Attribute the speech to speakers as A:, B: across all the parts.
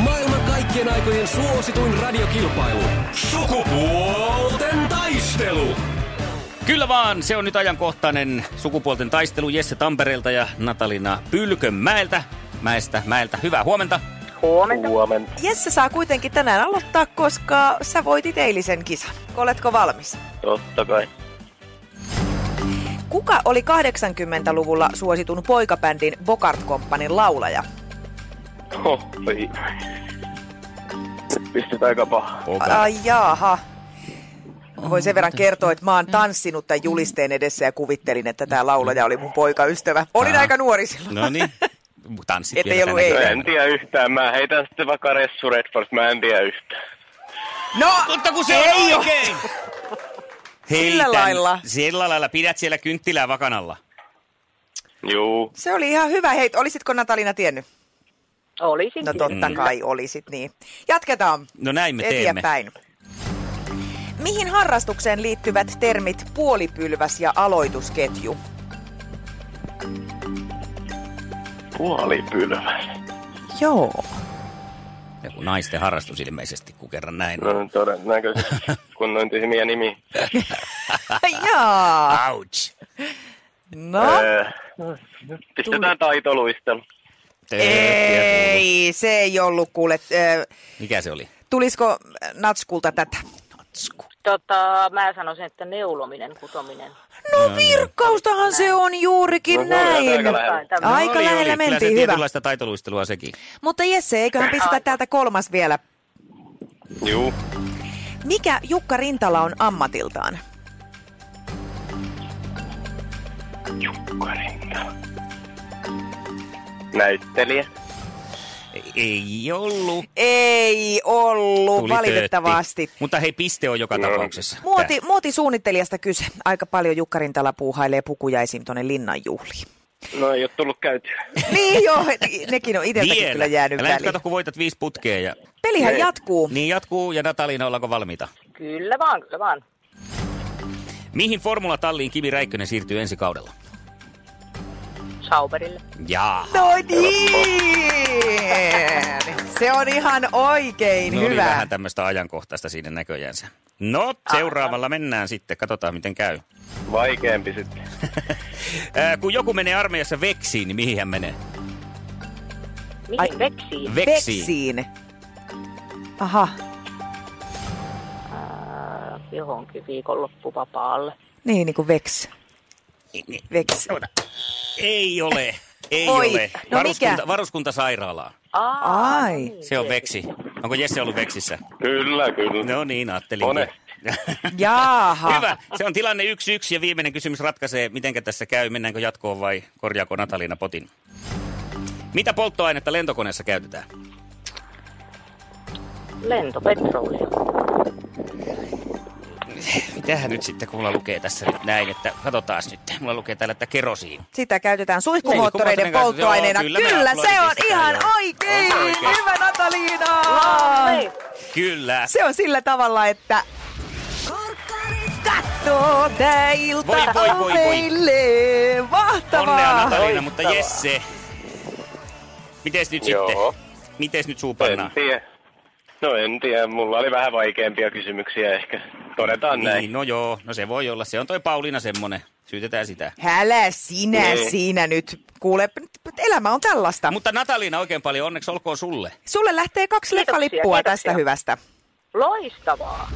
A: Maailman kaikkien aikojen suosituin radiokilpailu. Sukupuolten taistelu.
B: Kyllä vaan, se on nyt ajankohtainen sukupuolten taistelu Jesse Tampereelta ja Natalina Pylkönmäeltä. Mäestä, mäeltä. Hyvää huomenta.
C: Huomenta.
D: Huomenta.
C: Jesse saa kuitenkin tänään aloittaa, koska sä voitit eilisen kisan. Oletko valmis?
D: Totta kai.
C: Kuka oli 80-luvulla suositun poikabändin Bogart Companyn laulaja?
D: Oi. Pistit aika paha.
C: Ai jaaha. Voin sen verran kertoa, että mä oon tanssinut tämän julisteen edessä ja kuvittelin, että tämä laulaja oli mun poikaystävä. Olin
B: Aa.
C: aika nuori silloin.
B: No niin, tanssit
C: Et
B: vielä
C: ei ollut
B: tänä
C: ei.
B: keväänä.
D: En tiedä yhtään. Mä heitän sitten vaikka Ressu Redforce. Mä en tiedä yhtään.
C: No,
B: Mutta kun se ei
C: oo.
B: on oikein!
C: Sillä lailla.
B: Sillä lailla pidät siellä kynttilää vakanalla.
D: Juu.
C: Se oli ihan hyvä. Hei, olisitko Natalina tiennyt?
E: Olisin
C: No totta
B: Mm.
C: kai olisit, niin. Jatketaan
B: No näin me teemme.
C: eteenpäin. Mihin harrastukseen liittyvät termit puolipylväs ja aloitusketju?
D: Puolipylväs.
C: Joo.
B: Joku naisten harrastus ilmeisesti, kun kerran näin.
D: No todennäköisesti. Kun noin tyhmiä nimi.
C: Jaa.
B: Ouch!
C: No,
D: Öö, pistetään taitoluistelu.
C: ei, se ei ollut kuule. ö,
B: Mikä se oli?
C: Tulisiko Natskulta tätä?
E: Tota, mä sanoisin, että neulominen, kutominen.
C: No virkkaustahan se on juurikin
D: No, se oli
C: näin.
D: aika lähellä.
E: No
C: Aika
B: oli,
C: lähellä
B: oli. Kyllä se
C: mentiin, hyvä.
B: tietynlaista taitoluistelua sekin.
C: Mutta Jesse, eiköhän pistetä täältä kolmas vielä.
D: Juu.
C: Mikä Jukka Rintala on ammatiltaan?
D: Kukkarinta. Näyttelijä.
B: Ei- Ei ollut.
C: Ei ollut,
B: Tuli
C: valitettavasti.
B: töötti. Mutta hei, piste on joka
D: No.
B: tapauksessa.
C: Muoti, muotisuunnittelijasta kyse. Aika paljon Jukkarin tala puuhailee pukuja esim. tuonne linnanjuhliin.
D: No ei ole tullut käytyä.
C: Niin joo, et- nekin on
B: Tää.
C: itseltäkin
B: Vielä.
C: kyllä niin- jäänyt
B: Älä nyt kato,
C: väliin.
B: kun voitat viisi putkea. Ja...
C: Pelihän
D: Niin.
C: jatkuu.
B: Niin jatkuu, ja Natalina, ollaanko valmiita?
E: Kyllä vaan, kyllä vaan.
B: Mihin formulatalliin Kimi Räikkönen siirtyy ensi kaudella?
E: Sauberille.
B: Jaa.
C: No niin! Se on ihan oikein
B: No oli
C: Niin, hyvä.
B: vähän tämmöistä ajankohtaista siinä näköjänsä. No, seuraavalla mennään sitten. Katsotaan, miten käy.
D: Vaikeampi sitten.
B: Ää, kun joku menee armeijassa veksiin, niin mihin hän menee?
E: Mihin
C: Ai.
E: Ai. veksiin?
C: Veksiin. Aha,
E: Ää, Äh, johonkin viikonloppuvapaalle.
C: niin, niin kuin veks.
B: Veksiin.
C: Veks.
B: Ota. Ei ole. Ei
C: Voi.
B: ole.
C: No
B: varuskunta,
C: mikä?
B: varuskuntasairaalaan.
E: Aa,
C: Ai.
E: no niin,
B: Se on
E: se-
B: veksi. Onko Jesse ollut veksissä?
D: Kyllä, kyllä.
B: No niin, ajattelin.
D: Onesti.
C: Jaaha.
B: Hyvä. Se on tilanne yksi yksi ja viimeinen kysymys ratkaisee, miten tässä käy. Mennäänkö jatkoon vai korjaako Natalina potin? Mitä polttoainetta lentokoneessa käytetään?
E: Lentopetrolia.
B: Mitähän nyt sitten, kun mulla lukee tässä nyt näin, että katsotaan nyt. Mulla lukee täällä, että kerosiin.
C: Sitä käytetään suihkumoottoreiden
B: Suihkumoottoreiden kanssa,
C: polttoaineena.
B: joo, kyllä me
C: Kyllä, se on
B: aplodit pistää,
C: ihan
B: joo.
C: oikein.
B: On se oikein.
C: Hyvä Nataliina!
E: Ai.
B: Kyllä.
C: Se on sillä tavalla, että kattoo täiltä
B: Voi, voi, voi, voi.
C: meille.
B: Onnea
C: Mahtavaa.
B: Natalina, mutta
D: Loistavaa.
B: Jesse. Mites nyt
D: Joo.
B: sitten? Mites nyt suu
D: En
B: pannaan?
D: tiedä. No en tiedä, mulla oli vähän vaikeampia kysymyksiä ehkä. Todetaan
B: Niin,
D: näin.
B: no joo, no se voi olla. Se on toi Pauliina semmonen. Syytetään sitä.
C: Hälä sinä
D: Niin.
C: siinä nyt. Kuule, nyt elämä on tällaista.
B: Mutta Natalina oikein paljon, onneksi olkoon sulle.
C: Sulle lähtee kaksi
E: Kiitoksia,
C: leffalippua
E: kiitoksia.
C: tästä hyvästä.
E: Loistavaa.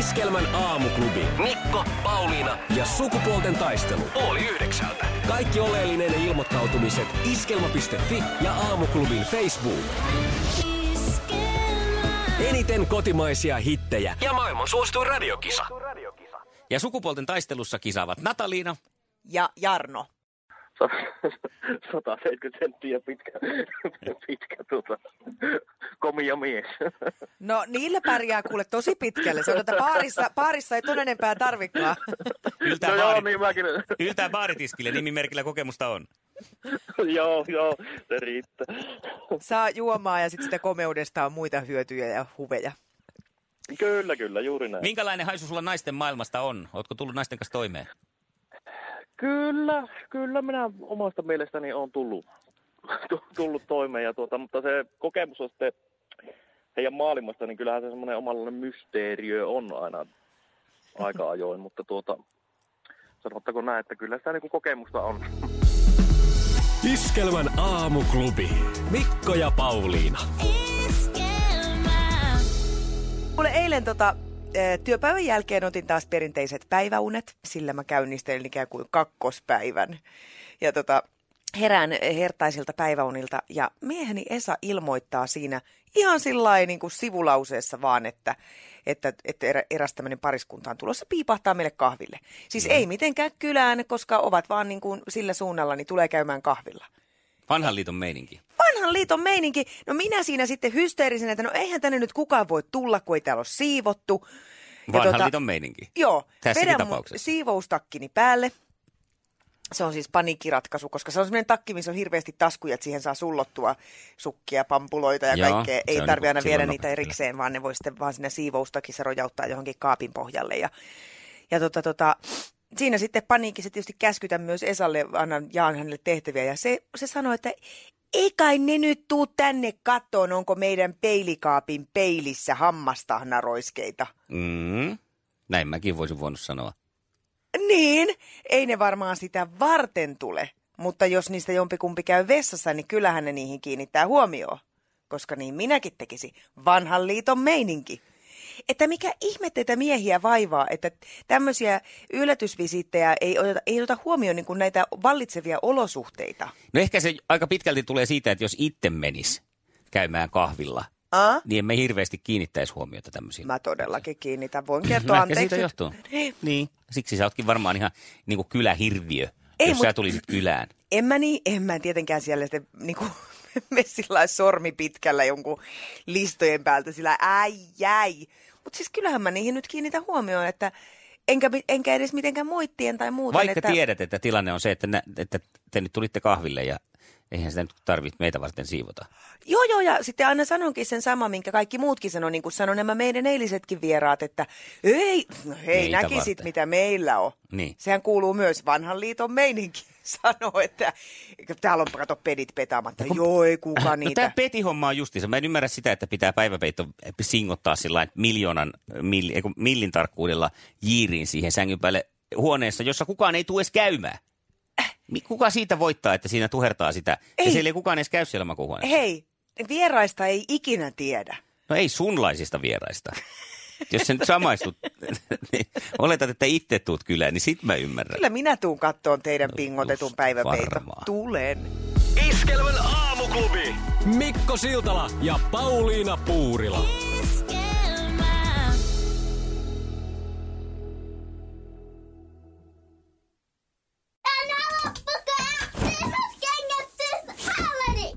A: Iskelmän aamuklubi. Mikko, Pauliina ja sukupuolten taistelu. Oli yhdeksältä. Kaikki oleellinen ilmoittautumiset iskelma.fi ja aamuklubin Facebook. Eniten kotimaisia hittejä ja maailman suosituin radiokisa.
B: Ja sukupuolten taistelussa kisaavat Nataliina.
C: Ja Jarno.
D: 170 senttiä pitkä, pitkä tuota, komi pohjamies.
C: No niillä pärjää kuule tosi pitkälle. Se on, että paarissa, paarissa ei ton enempää tarvikaan.
B: Yltää,
D: no joo, niin mäkin.
B: Yltää baaritiskille, nimimerkillä kokemusta on.
D: joo, joo, se riittää.
C: Saa juomaa ja sitten sitä komeudesta on muita hyötyjä ja huveja.
D: Kyllä, kyllä, juuri näin.
B: Minkälainen haisu sulla naisten maailmasta on? Ootko tullut naisten kanssa toimeen?
D: Kyllä, kyllä minä omasta mielestäni on tullut, tu- tullut toimeen, ja tuota, mutta se kokemus on sitten heidän maailmasta, niin kyllähän se semmoinen omanlainen mysteeriö on aina aika ajoin, mutta tuota, sanottako näin, että kyllä sitä niin kokemusta on.
A: Iskelmän aamuklubi. Mikko ja Pauliina.
F: Esquema,
C: Kuule eilen tota, eh, työpäivän jälkeen otin taas perinteiset päiväunet, sillä mä käynnistelin ikään kuin kakkospäivän. Ja tota, herään hertaisilta päiväunilta ja mieheni Esa ilmoittaa siinä ihan sillä niin kuin sivulauseessa vaan, että, että, että erä- eräs tämmöinen pariskunta on tulossa piipahtaa meille kahville. Siis ei mitenkään kylään, koska ovat vaan niin kuin sillä suunnalla, niin tulee käymään kahvilla
B: Vanhan liiton meininki.
C: vanhan liiton meininki. No minä siinä sitten hysteerisenä, että no eihän tänne nyt kukaan voi tulla, kun ei täällä ole siivottu. Ja tota-
B: Vanhan liiton meininki.
C: Joo.
B: Tässäkin
C: vedän mun
B: tapauksessa.
C: siivoustakkini päälle. Se on siis paniikkiratkaisu, koska se on semmoinen takki, missä on hirveästi taskuja, että siihen saa sullottua sukkia, pampuloita ja
B: Joo,
C: Joo, kaikkea.
B: se
C: Ei
B: on
C: tarvitse
B: niinku
C: aina viedä
B: silloin
C: niitä
B: nopeasti.
C: erikseen, vaan ne voi sitten vaan siinä siivoustakissa rojauttaa johonkin kaapin pohjalle. Ja, ja tota, tota, siinä sitten paniikissa tietysti käskytän myös Esalle, annan, jaan hänelle tehtäviä. Ja se, se sanoi, että ei kai ne nyt tuu tänne kattoon, onko meidän peilikaapin peilissä hammastahnaroiskeita.
B: Mm. Näin mäkin voisin voinut sanoa.
C: Niin, ei ne varmaan sitä varten tule. Mutta jos niistä jompikumpi käy vessassa, niin kyllähän ne niihin kiinnittää huomioon. Koska niin minäkin tekisi. Vanhan liiton meininki. Että mikä ihme teitä miehiä vaivaa, että tämmöisiä yllätysvisiittejä ei oteta, ei oteta huomioon niin kuin näitä vallitsevia olosuhteita.
B: No ehkä se aika pitkälti tulee siitä, että jos itse menis käymään kahvilla,
C: A?
B: niin emme hirveästi kiinnittäisi huomiota tämmöisiin.
C: Mä todellakin kiinnitän. Voin
B: No
C: kertoa
B: ehkä
C: anteeksi.
B: siitä
C: nyt.
B: johtuu. Niin. Siksi sä ootkin varmaan ihan niin kuin kylähirviö,
C: Ei,
B: jos
C: mut-
B: sä tulisit kylään.
C: En mä, niin, en mä tietenkään siellä sitten niinku, me sillä lailla sormi pitkällä jonkun listojen päältä sillä äi, jäi. Mutta siis kyllähän mä niihin nyt kiinnitän huomioon, että enkä, enkä edes mitenkään moittien tai muuten.
B: Vaikka
C: että,
B: tiedät, että tilanne on se, että, nä, että te nyt tulitte kahville ja eihän sitä nyt tarvitse meitä varten siivota.
C: Joo, joo, ja sitten aina sanonkin sen sama, minkä kaikki muutkin sanoi, niin kuin sanoi nämä meidän eilisetkin vieraat, että ei, no hei,
B: Niitä
C: näkisit
B: varten.
C: mitä meillä on.
B: Niin.
C: Sehän kuuluu myös vanhan liiton meininki. Sanoo, että täällä on kato pedit petaamatta. Joo, ei kuka
B: No
C: niitä.
B: tämä petihomma on justiinsa. Mä en ymmärrä sitä, että pitää päiväpeitto singottaa sillä lailla miljoonan, mill, eiku, millin tarkkuudella jiiriin siihen sängyn päälle huoneessa, jossa kukaan ei tule edes käymään. Mi- Kuka siitä voittaa, että siinä tuhertaa sitä? Ei. Ja
C: Ei.
B: siellä ei kukaan edes käy siellä makuuhuoneessa.
C: Hei, vieraista ei ikinä tiedä.
B: No ei sunlaisista vieraista. Jos sä nyt samaistut, niin oletat, että itse tuut kylään, niin sit mä ymmärrän.
C: Kyllä minä tuun kattoon teidän pingotetun
B: No, just
C: päiväpeiton.
B: varmaan.
C: Tulen.
A: Iskelmän aamuklubi. Mikko Siltala ja Pauliina Puurila.
F: esquema. Another book of this is getting this holiday.